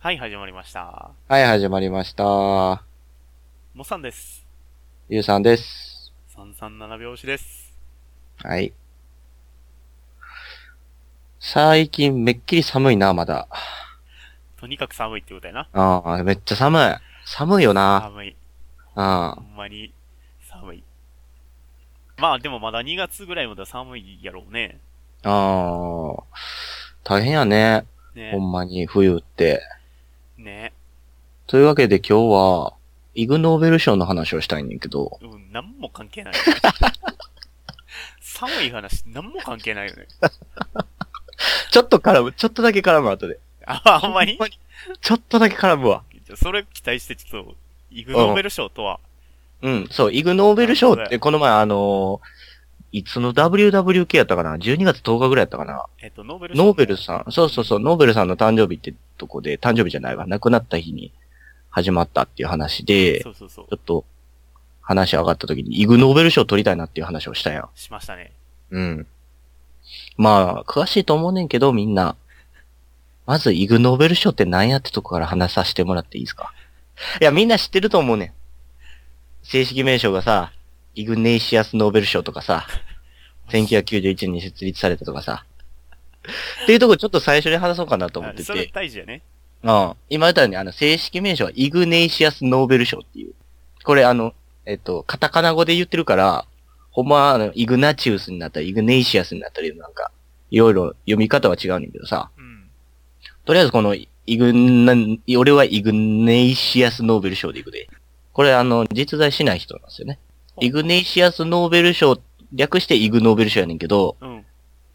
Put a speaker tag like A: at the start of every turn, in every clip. A: はい、始まりました。
B: はい、始まりました。
A: もっさんです。
B: ゆうさんです。
A: 337拍子です。
B: はい。最近めっきり寒いな、まだ。
A: とにかく寒いってことやな。
B: ああ、めっちゃ寒い。寒いよな。
A: 寒い。
B: あ
A: ほんまに寒い。まあでもまだ2月ぐらいまでは寒いやろうね。
B: あ、ああ、大変やね。
A: ね
B: ほんまに、冬って。
A: ね
B: というわけで今日は、イグノーベル賞の話をしたいねんけど。
A: うん、なんも関係ない。寒い話、なんも関係ないよね。
B: ちょっと絡む、ちょっとだけ絡む、後で。
A: あ、ほんまに
B: ほんまちょっとだけ絡むわ。
A: じゃあそれ期待してちょっと、イグノーベル賞とは、
B: うん、そう、イグノーベル賞って、この前あのーいつの WWK やったかな ?12 月10日ぐらいやったかな
A: えっと、ノーベル賞の
B: ノーベルさん、そうそうそう、ノーベルさんの誕生日ってとこで、誕生日じゃないわ、亡くなった日に始まったっていう話で、ち
A: そうそうそう
B: ょ。っと話上がった時に、イグノーベル賞取りたいなっていう話をしたやん。
A: しましたね。
B: うん。まあ、詳しいと思うねんけど、みんな。まず、イグノーベル賞って何やってとこから話させてもらっていいですかいや、みんな知ってると思うねん。正式名称がさ、イグネイシアス・ノーベル賞とかさ、1991年に設立されたとかさ。っていうとこちょっと最初に話そうかなと思って
A: あそれ
B: て。
A: 大事やね。
B: うん。今言ったように、あの、正式名称はイグネイシアス・ノーベル賞っていう。これあの、えっと、カタカナ語で言ってるから、ほんまはあの、イグナチウスになったり、イグネイシアスになったり、なんか、いろいろ読み方は違うねんけどさ。
A: うん。
B: とりあえずこの、イグナ、俺はイグネイシアス・ノーベル賞でいくで。これあの、実在しない人なんですよね。イグネイシアス・ノーベル賞、略してイグノーベル賞やねんけど、
A: うん。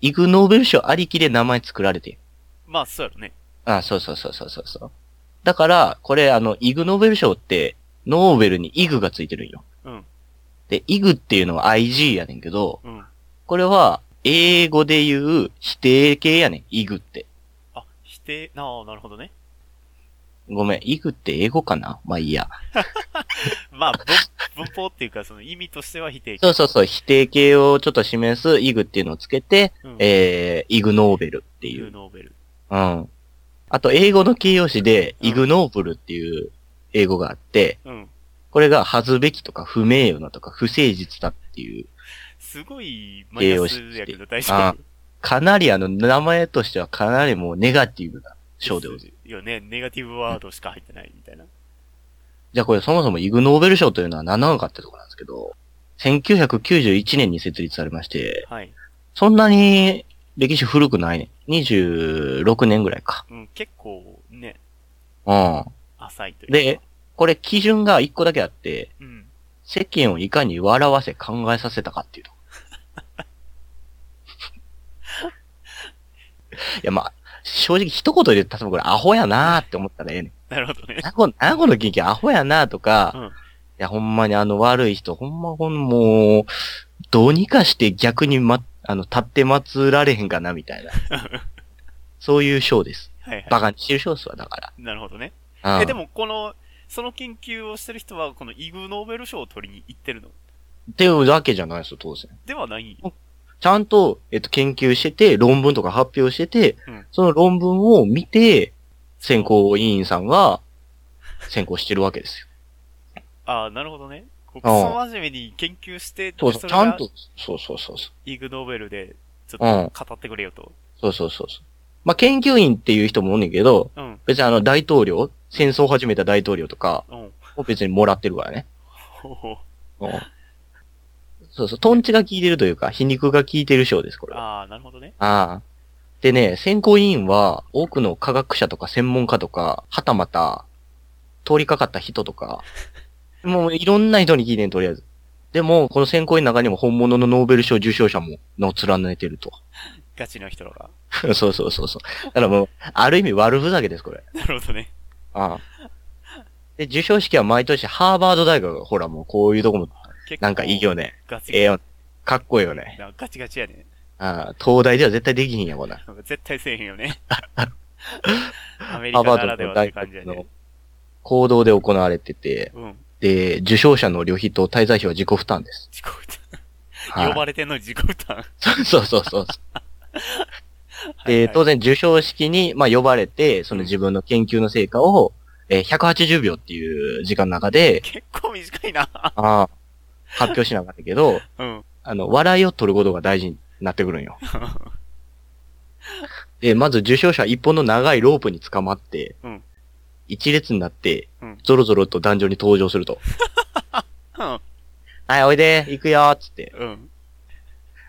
B: イグノーベル賞ありきで名前作られてん
A: まあ、そうやろね。
B: あ、そうそうそうそうそうそう。だから、これ、あの、イグノーベル賞って、ノーベルにイグがついてるんよ。
A: うん。
B: で、イグっていうのは IG やねんけど、
A: うん。
B: これは、英語で言う否定形やねん、イグって。
A: あ、否定、なあ、なるほどね。
B: ごめん、イグって英語かなまあいいや。
A: まあ、文 文法っていうか、その意味としては否定。
B: そうそうそう、否定形をちょっと示すイグっていうのをつけて、
A: うん、
B: えー、イグノーベルって
A: イ
B: い
A: グ
B: う。
A: ノーベル。
B: うん。あと、英語の形容詞で、
A: うん
B: イグノーブルっていう英語があって、
A: うん。
B: これが恥ずべきとか不名誉なとか不誠実だっていう
A: すごい、マイナスやけど大丈
B: あ
A: 夫。
B: かなりあの、名前としてはかなりもうネガティブな賞でございます。
A: よね、ネガティブワードしか入ってないみたいな。
B: じゃあこれそもそもイグノーベル賞というのは何なのかってとこなんですけど、1991年に設立されまして、
A: はい。
B: そんなに歴史古くないね。26年ぐらいか。
A: うん、結構、ね、
B: うん。
A: 浅いというか。
B: で、これ基準が1個だけあって、
A: うん。
B: 世間をいかに笑わせ考えさせた かっていうとこ。いやまあ、正直一言で言ったら多分これアホやなーって思ったらええねん
A: なるほどね。
B: なこ、なこの元気アホやなとか、
A: うん
B: いや、ほんまにあの悪い人、ほんまこのもう、どうにかして逆にま、あの、立って祀られへんかな、みたいな。そういう賞です。
A: はいは
B: バカにしてる賞っすわ、だか
A: い。なるほどね。
B: ら。うん
A: え、で、も、この、その研究をしてる人は、このイグノーベル賞を取りに行ってるの
B: っていうわけじゃないですよ、当然。
A: ではない。
B: ちゃんと、えっと、研究してて、論文とか発表してて、
A: うん
B: その論文を見て、選考委員さんが、選考してるわけですよ。
A: ああ、なるほどね。こうクソ真面目に研究して、
B: そうそう、
A: れ
B: ちゃ
A: が
B: んと、そうそうそうそう。
A: イグノーベルで、ち
B: う
A: ょ
B: ん
A: っ。と語ってくれよと。
B: そうそうそうそう。まあ、研究員っていう人もおんねんけど、
A: うん、
B: 別にあの大統領、戦争を始めた大統領とか、
A: うん。
B: 別にもらってるからね。
A: ほうほう
B: うんそうそう、トンチが効いてるというか、皮肉が効いてる賞です、これは。
A: ああ、なるほどね。
B: ああ。でね、選考委員は、多くの科学者とか専門家とか、はたまた、通りかかった人とか、もういろんな人に聞いてん、とりあえず。でも、この選考委員の中にも本物のノーベル賞受賞者も、のを連ねてると。
A: ガチの人らが。
B: そうそうそうそう。だからもう、ある意味悪ふざけです、これ。
A: なるほどね。
B: ああ。で、受賞式は毎年ハーバード大学が、ほらもうこういうとこも、
A: 結構
B: なんかいい。よね。
A: ガチ
B: ええよ。かっこいいよね。
A: なんかガチガチやね。
B: ああ、東大では絶対できひんや、こんなん。
A: なんか絶対せえへんよ ね。アメリ
B: ハ
A: カ
B: ーバ
A: なら
B: ー
A: で
B: ドの
A: はっ
B: 大
A: て感じ
B: 学
A: や
B: の
A: ね。
B: 行動で行われてて、
A: うん。
B: で、受賞者の旅費と滞在費は自己負担です。
A: 自己負担。
B: は
A: 呼
B: い。
A: ばれてんのに自己負担。
B: そうそうそうそう。
A: はい
B: で、
A: はい
B: 当然受賞式に、まあ、呼ばれて、その自分の研究の成果を、えー180秒っていう時間の 中で、
A: 結構短いな。
B: あー発表しなかった けど、
A: うん。
B: あの、笑いを取ることが大事になってくるんよ。で、まず受賞者は一本の長いロープに捕まって、
A: うん
B: 一列になって
A: うん、
B: ゾロゾロと壇上に登場すると。
A: うん。
B: はい、おいで、行くよーっつって。
A: うん。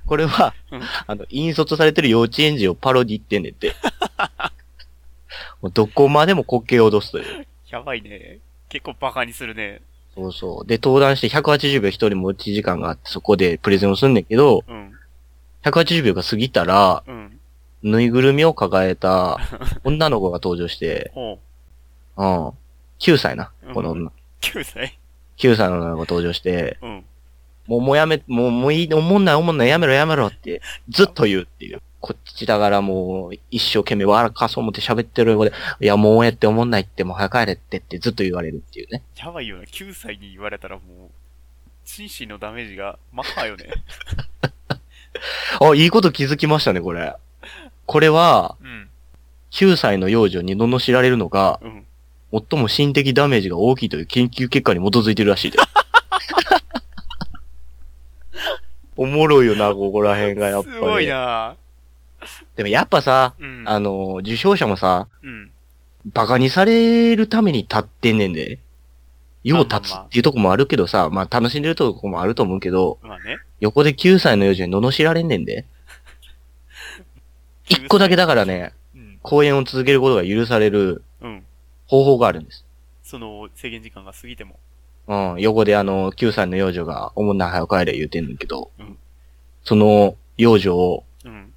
B: これは
A: うん、
B: あの、引率されてる幼稚園児をパロディってんねんって。 もうどこまでも滑稽を脅すという。
A: やばいね。結構バカにするね。
B: そうそう。で、登壇して180秒一人持ち時間があって、そこでプレゼンをすんねんけど、
A: うん。
B: 180秒が過ぎたら、
A: うん。
B: ぬいぐるみを抱えた女の子が登場して、
A: ほ
B: うん。9歳な、この
A: う
B: 女。
A: う。9歳。
B: 9歳の女の子が登場して、
A: うん。
B: もう、もうやめ、もう、もういい、おもんない、おもんない、やめろ、やめろって、ずっと言うっていう。こっちだからもう、一生懸命笑かそう思って喋ってる横で、いや、もうええっておもんないって、もう早く帰れってってずっと言われるっていうね。
A: やばいよな。9歳に言われたらもう、心身のダメージがマッハよね。
B: あ、いいこと気づきましたね、これ。これは、
A: うん。
B: 9歳の幼女に罵られるのが、
A: うん。
B: 最も心的ダメージが大きいという研究結果に基づいてるらし いです。おもろいよな、ここら辺が、やっぱり。
A: すごいな
B: でもやっぱさ、
A: うん。
B: あの、受賞者もさ、
A: うん。
B: バカにされるために立ってんねんで。よう立つっていうとこもあるけどさ、まあ楽しんでるとこもあると思うけど、
A: まあね。
B: 横で9歳の幼女に罵られんねん で。一個だけだからね、
A: うん。
B: 講演を続けることが許される
A: うん。
B: 方法があるんです。
A: その制限時間が過ぎても。
B: うん、横であの、9歳の幼女が、おもんない早く帰れ言うてんねんけど、
A: うん
B: その幼女を
A: うん。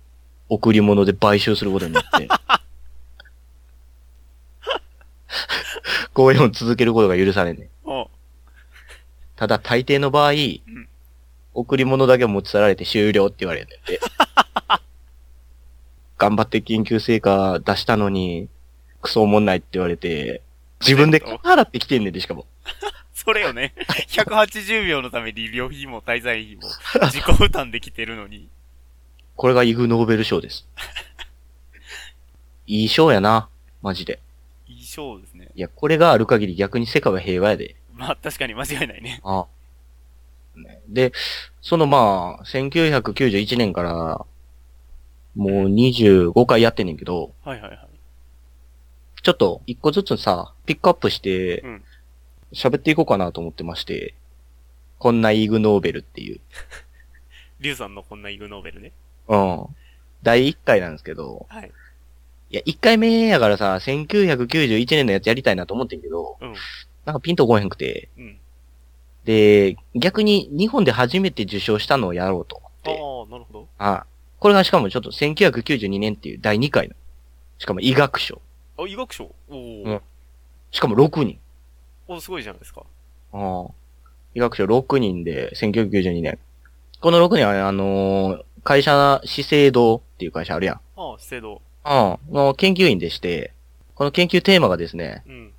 B: 贈り物で買収することにな って、講演を続けることが許されんねん。
A: お
B: ただ大抵の場合、
A: ん
B: 贈り物だけ持ち去られて終了って言われるんだ って。頑張って研究成果出したのに、クソおもんないって言われて、自分で金払ってきてんねんで、しかも。
A: それよね。180秒のために旅費も滞在 費も自己負担できてるのに。
B: これがイグ・ノーベル賞 です。いい賞やな、マジで。
A: いい賞ですね。
B: いや、これがある限り逆に世界は平和やで。
A: まあ確かに間違いないね。
B: あねで、そのまあ、1991年から、もう25回やってんねんけど、
A: はいはいはい。
B: ちょっと一個ずつさ、ピックアップして
A: うん、
B: 喋っていこうかなと思ってまして、こんなイグノーベルっていう、
A: リュウさんのこんなイグノーベルね。
B: うん。第1回なんですけど、
A: はい。
B: いや、1回目やからさ、1991年のやつやりたいなと思ってんけど、
A: うん。
B: なんかピンとこへんくて、
A: うん。
B: で、逆に日本で初めて受賞したのをやろうと思っ
A: ああ
B: て、、
A: なるほど。
B: あこれがしかもちょっと1992年っていう第2回の、しかも医学賞、
A: あ、医学賞おお、
B: うんしかも6人、
A: おすごいじゃないですか。
B: ああ。医学賞6人で、1992年。この6人はね、あのー会社、資生堂っていう会社あるやん。
A: ああ、資生堂。
B: うん。の研究員でして、この研究テーマがですね、
A: うん。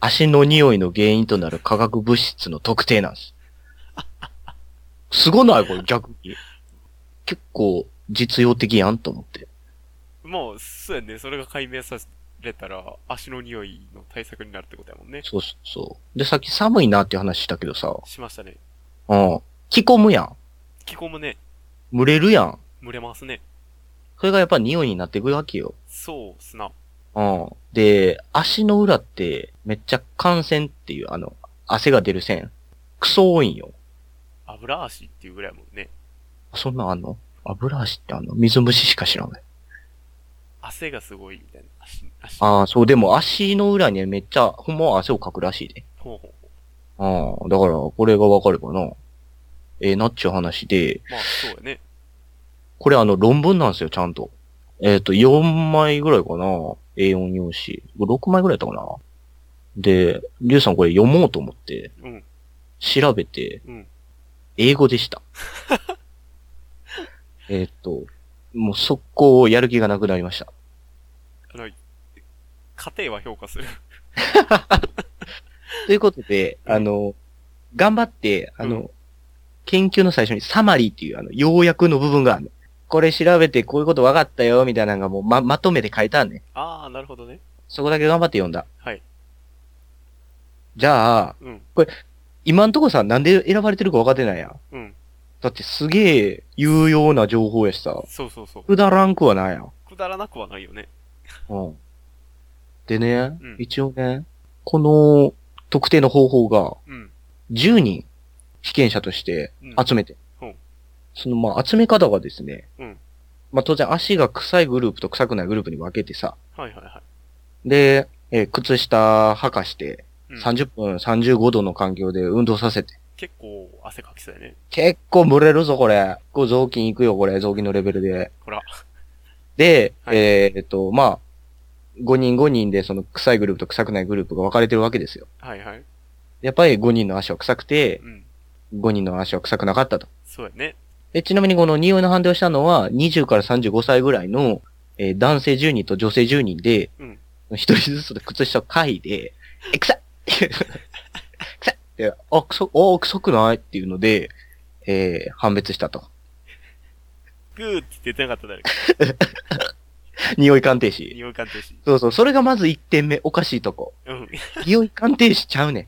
B: 足の匂いの原因となる化学物質の特定なんです。すごないこれ逆に。結構実用的やんと思って。
A: もう、そうやね。それが解明されたら、足の匂いの対策になるってことやもんね。
B: そうそうそう。で、さっき寒いなっていう話したけどさ、
A: しましたね。
B: うん。着込むやん。
A: 着込むね。
B: 蒸れるやん。
A: 蒸れますね。
B: それがやっぱ匂いになってくるわけよ。
A: そうっすな。
B: うん。で、足の裏ってめっちゃ汗腺っていう、あの、汗が出る線。クソ多いんよ。
A: 油足っていうぐらいやもんね。
B: あそんなんあんの油足ってあの、水虫しか知らない。
A: 汗がすごいみたいな。足、足。
B: ああ、そう、でも足の裏にめっちゃ、ほんまは汗をかくらしいで。
A: ほうほうほ
B: うん。だから、これがわかるかな。えー、なっちゅう話で、
A: う。まあ、そうやね。
B: これあの、論文なんですよ、ちゃんと。えっ、と、4枚ぐらいかな。A4 用紙。6枚ぐらいだったかな。で、りゅうさんこれ読もうと思って、
A: うん。
B: 調べて、
A: うん
B: 英語 でした。えーっと、もう速攻やる気がなくなりました。
A: あの、家庭は評価する。
B: ということで、
A: うん
B: あの、頑張って、あの、
A: う
B: 研究の最初にサマリーっていう、あの、要約の部分があるの。これ調べてこういうこと分かったよ、みたいなのがもうま、まとめて書いたんね。
A: ああ、なるほどね。
B: そこだけ頑張って読んだ。
A: はい。
B: じゃあ、
A: うん。
B: 今んとこさ、なんで選ばれてるか分かってないやん。
A: うん。
B: だってすげえ有用な情報やしさ、
A: そうそうそう。
B: くだらんくはないやん。
A: くだらなくはないよね。
B: うん。でね、
A: うん
B: 一応ね、この特定の方法が
A: うん。
B: 10人被験者として
A: うん、
B: 集めて。
A: うん
B: そのまあ集め方がですね、
A: うん
B: まあ当然足が臭いグループと臭くないグループに分けてさ、
A: はいはいはい。
B: で、えー靴下履かして、
A: うん、
B: 30分35度の環境で運動させて。
A: 結構汗かきそうやね。
B: 結構蒸れるぞ、これ。こう雑巾いくよ、これ。雑巾のレベルで。
A: ほら。
B: で、
A: はい
B: えーっと、まあ、5人5人でその臭いグループと臭くないグループが分かれてるわけですよ。
A: はいはい。
B: やっぱり5人の足は臭くて
A: う、ん。
B: 5人の足は臭くなかったと。
A: そうやね。
B: で、ちなみにこの匂いの判定をしたのは、20から35歳ぐらいの、えー男性10人と女性10人で、
A: うん
B: 一人ずつで靴下を嗅いで、え、臭っ 臭っって、あ、くそ、あ、臭くないっていうので、えー判別したと。
A: グーって言ってなかった 誰か。
B: 匂い鑑定士。
A: 匂い鑑定士。
B: そうそう、それがまず1点目、おかしいとこ。
A: うん。
B: 匂い鑑定士ちゃうねん。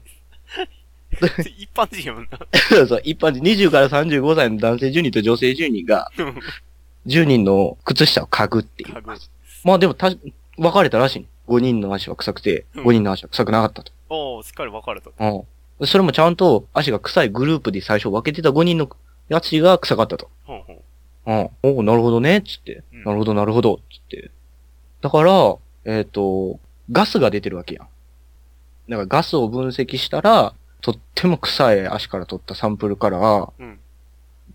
A: 一般人やもんな。
B: そうそう、一般人、20から35歳の男性10人と女性10人が、10人の靴下を嗅ぐっていう。
A: 嗅ぐ
B: まあでもた、分かれたらしいね。5人の足は臭くて、
A: うん
B: 5人の足は臭くなかったと。
A: おー、しっかり分かれた。
B: うん。それもちゃんと足が臭いグループで最初分けてた5人のやつが臭かったと。
A: ほんほん。
B: うん。おおなるほどね、つって。
A: うん
B: なるほど、なるほど、つって。だから、えっ、と、ガスが出てるわけやん。だからガスを分析したら、とっても臭い足から取ったサンプルから、
A: うん。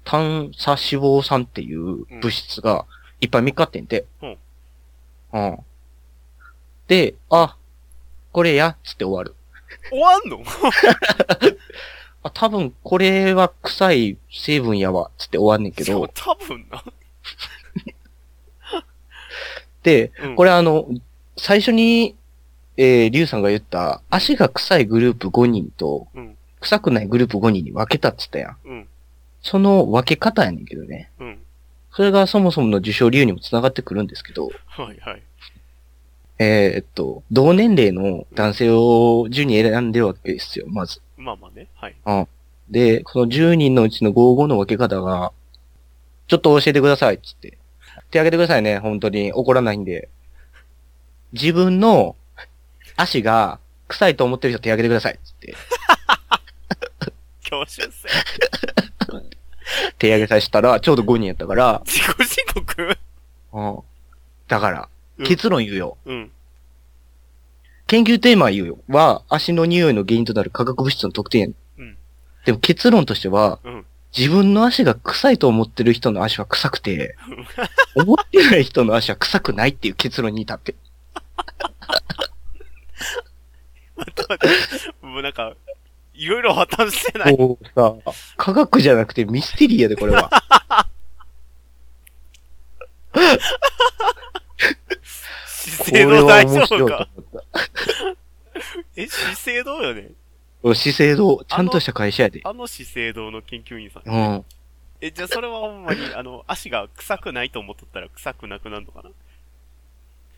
B: 炭鎖脂肪酸っていう物質がいっぱい見っかってんて。
A: うん。
B: うん。で、あ、これや、つって終わる。
A: 終わんの
B: あ、多分これは臭い成分やわ、つって終わんねんけ
A: しかも
B: ど。
A: 多分な。
B: で、
A: うん
B: これあの、最初に、えー、リュウさんが言った、足が臭いグループ5人と、
A: うん
B: 臭くないグループ5人に分けたっつったやん。
A: うん。
B: その分け方やねんけどね。
A: うん。
B: それがそもそもの受賞理由にも繋がってくるんですけど、
A: はいはい。
B: えーっと、同年齢の男性を10人選んでるわけですよ、まず。
A: まあまあね。はい。
B: で、この10人のうちの55の分け方が、ちょっと教えてください、っつって。手挙げてくださいね、本当に。怒らないんで。自分の足が臭いと思ってる人手挙げてください、っつって。
A: 教習生。
B: 手挙げさせたら、ちょうど5人やったから、
A: 自己申告
B: うん。だから
A: う、ん
B: 結論言うよ。
A: うん。
B: 研究テーマ言うよ。は、足の匂いの原因となる化学物質の特定やねん
A: うん
B: でも結論としては、
A: うん
B: 自分の足が臭いと思ってる人の足は臭くて、 思ってない人の足は臭くないっていう結論に至って。
A: 待って待って。もうなんか、いろいろ破綻してない。
B: こうさ、科学じゃなくてミステリーやで、これ は。
A: 資
B: こ
A: 生
B: れ
A: 堂
B: は
A: 大
B: 面
A: 丈夫
B: 白いと思
A: か
B: った。
A: え、資生堂よね
B: この資生堂、ちゃんとした会社やで。
A: あの資生堂の研究員さん。
B: うん。
A: え、じゃあそれはほんま に、あの、足が臭くないと思っとったら臭くなくなるのかな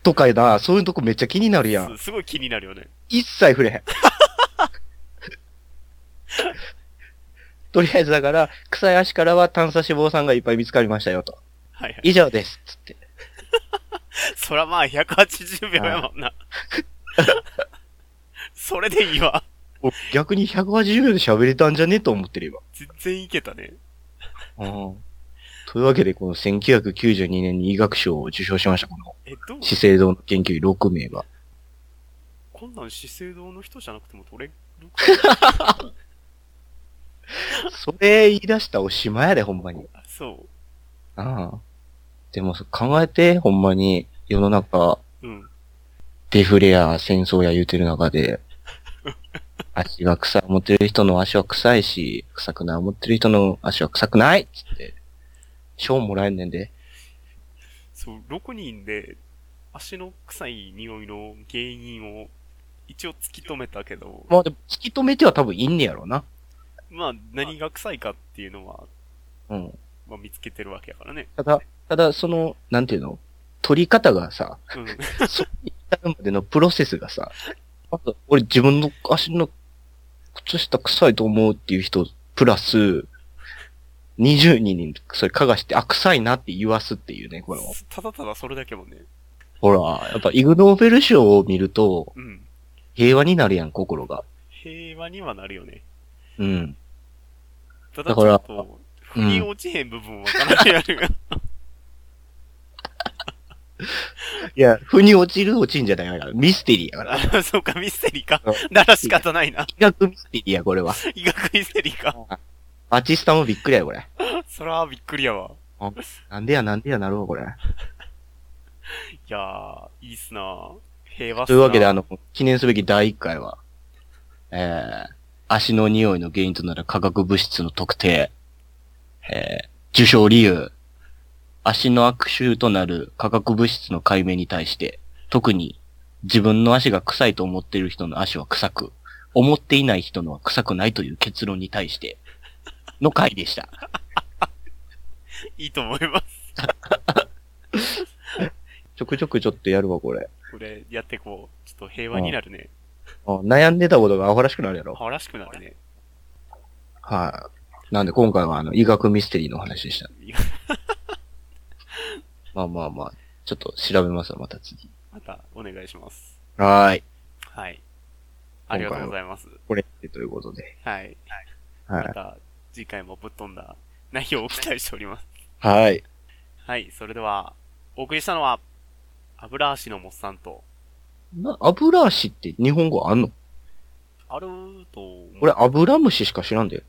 B: とかやな、そういうとこめっちゃ気になる
A: い
B: やん。
A: す。すごい気になるよね。
B: 一切触れへ ん。とりあえずだから、臭い足からは炭鎖脂肪酸がいっぱい見つかりましたよと。
A: はいはい。
B: 以上です。つって。
A: そらまあ180秒やもんな。 それでいいわ。
B: お逆に180秒で喋れたんじゃねと思ってれば。
A: 全然いけたね。
B: うん。というわけで、この1992年に医学賞を受賞しました、この
A: え、どう
B: 資生堂の研究員6名が。
A: こんなん資生堂の人じゃなくても取れるか
B: それ言い出したらおしまいやで、ほんまに。
A: あそ
B: ああ。でもそう考えて、ほんまに、世の中、
A: う。うん。
B: デフレや戦争や言うてる中で、足が臭い思ってる人の足は臭いし、臭くない思ってる人の足は臭くないっつって、賞もらえんねんで。
A: そう、6人で足の臭い匂いの原因を一応突き止めたけど、
B: まあでも、突き止めては多分いいんねやろうな。
A: まあ何が臭いかっていうのは、
B: うん。
A: まあ、見つけてるわけやからね。
B: ただ、ただ、その、なんていうの取り方がさ、
A: うん。
B: そこに至るまでのプロセスがさ、あと、俺自分の足の靴下臭いと思うっていう人、プラス、20人にそれ嗅がして、あ、臭いなって言わすっていう ね、これも。
A: ただただそれだけもんね。
B: ほら、やっぱイグノーベル賞を見ると、
A: うん。
B: 平和になるやん、心が。
A: 平和にはなるよね。
B: うん。
A: ただち
B: だか
A: ょっ
B: ら
A: と、腑
B: うん
A: に落ちへん部分はかなりあるが。
B: いや、腑に落ちる落ちんじゃないから、ミステリーやから。
A: あそうか、ミステリーか
B: うん。
A: なら仕方ないな。
B: 医学ミステリーや、これは。
A: 医学ミステリーか。
B: アーティスタもびっくりや、これ。
A: そら、びっくりやわ。
B: なんでや、なんでやなるわ、これ。
A: いやー、いいっすなー平和っすなー
B: というわけで、あの、記念すべき第1回は、えー、足の匂いの原因となる化学物質の特定、えー、受賞理由、足の悪臭となる化学物質の解明に対して、特に自分の足が臭いと思っている人の足は臭く、思っていない人のは臭くないという結論に対して、の回でした。
A: いいと思います。
B: ちょくちょくちょっとやるわ、これ。
A: これ、やってこう。ちょっと平和になるね。
B: あ悩んでたことがアホらしくなるやろ。
A: はわらしくなるね。
B: はい。なんで今回はあの、医学ミステリーの話でした。
A: いや
B: まあまあまあ、ちょっと調べますわ、また次。
A: また、お願いします。
B: はーい。
A: はい。ありがとうございます。
B: これってということで。
A: はい。
B: は
A: ま
B: い。
A: た、次回もぶっ飛んだ内容を期待しております。
B: はい。
A: はい。それでは、お送りしたのは、油足のモッさんと、
B: な、油足って日本語あんの
A: あるーと思う、
B: 俺、油虫しか知らんだよ。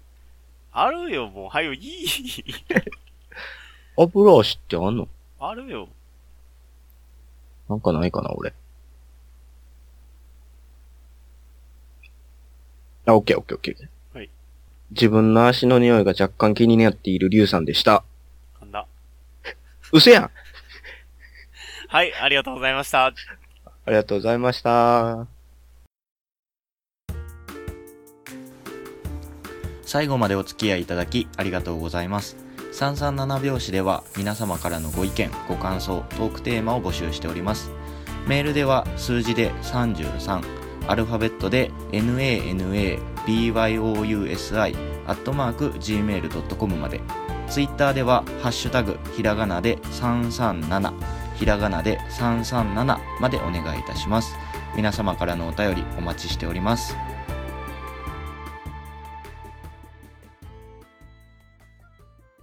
A: あるよ、もう、はよ、いい。
B: 油足ってあんの
A: あるよ。
B: なんかないかな、俺。あ、オッケーオッケーオッケー。
A: はい。
B: 自分の足の匂いが若干気になっているリュウさんでした。
A: なんだ。
B: 嘘やん
A: はい、ありがとうございました。
B: ありがとうございました。
C: 最後までお付き合いいただきありがとうございます。337拍子では皆様からのご意見、ご感想、トークテーマを募集しております。メールでは数字で33、アルファベットで nanabyousi、アットマーク gmail.com まで。ツイッターでは、ハッシュタグ、ひらがなで337、ひらがなで337までお願いいたします。皆様からのお便りお待ちしております。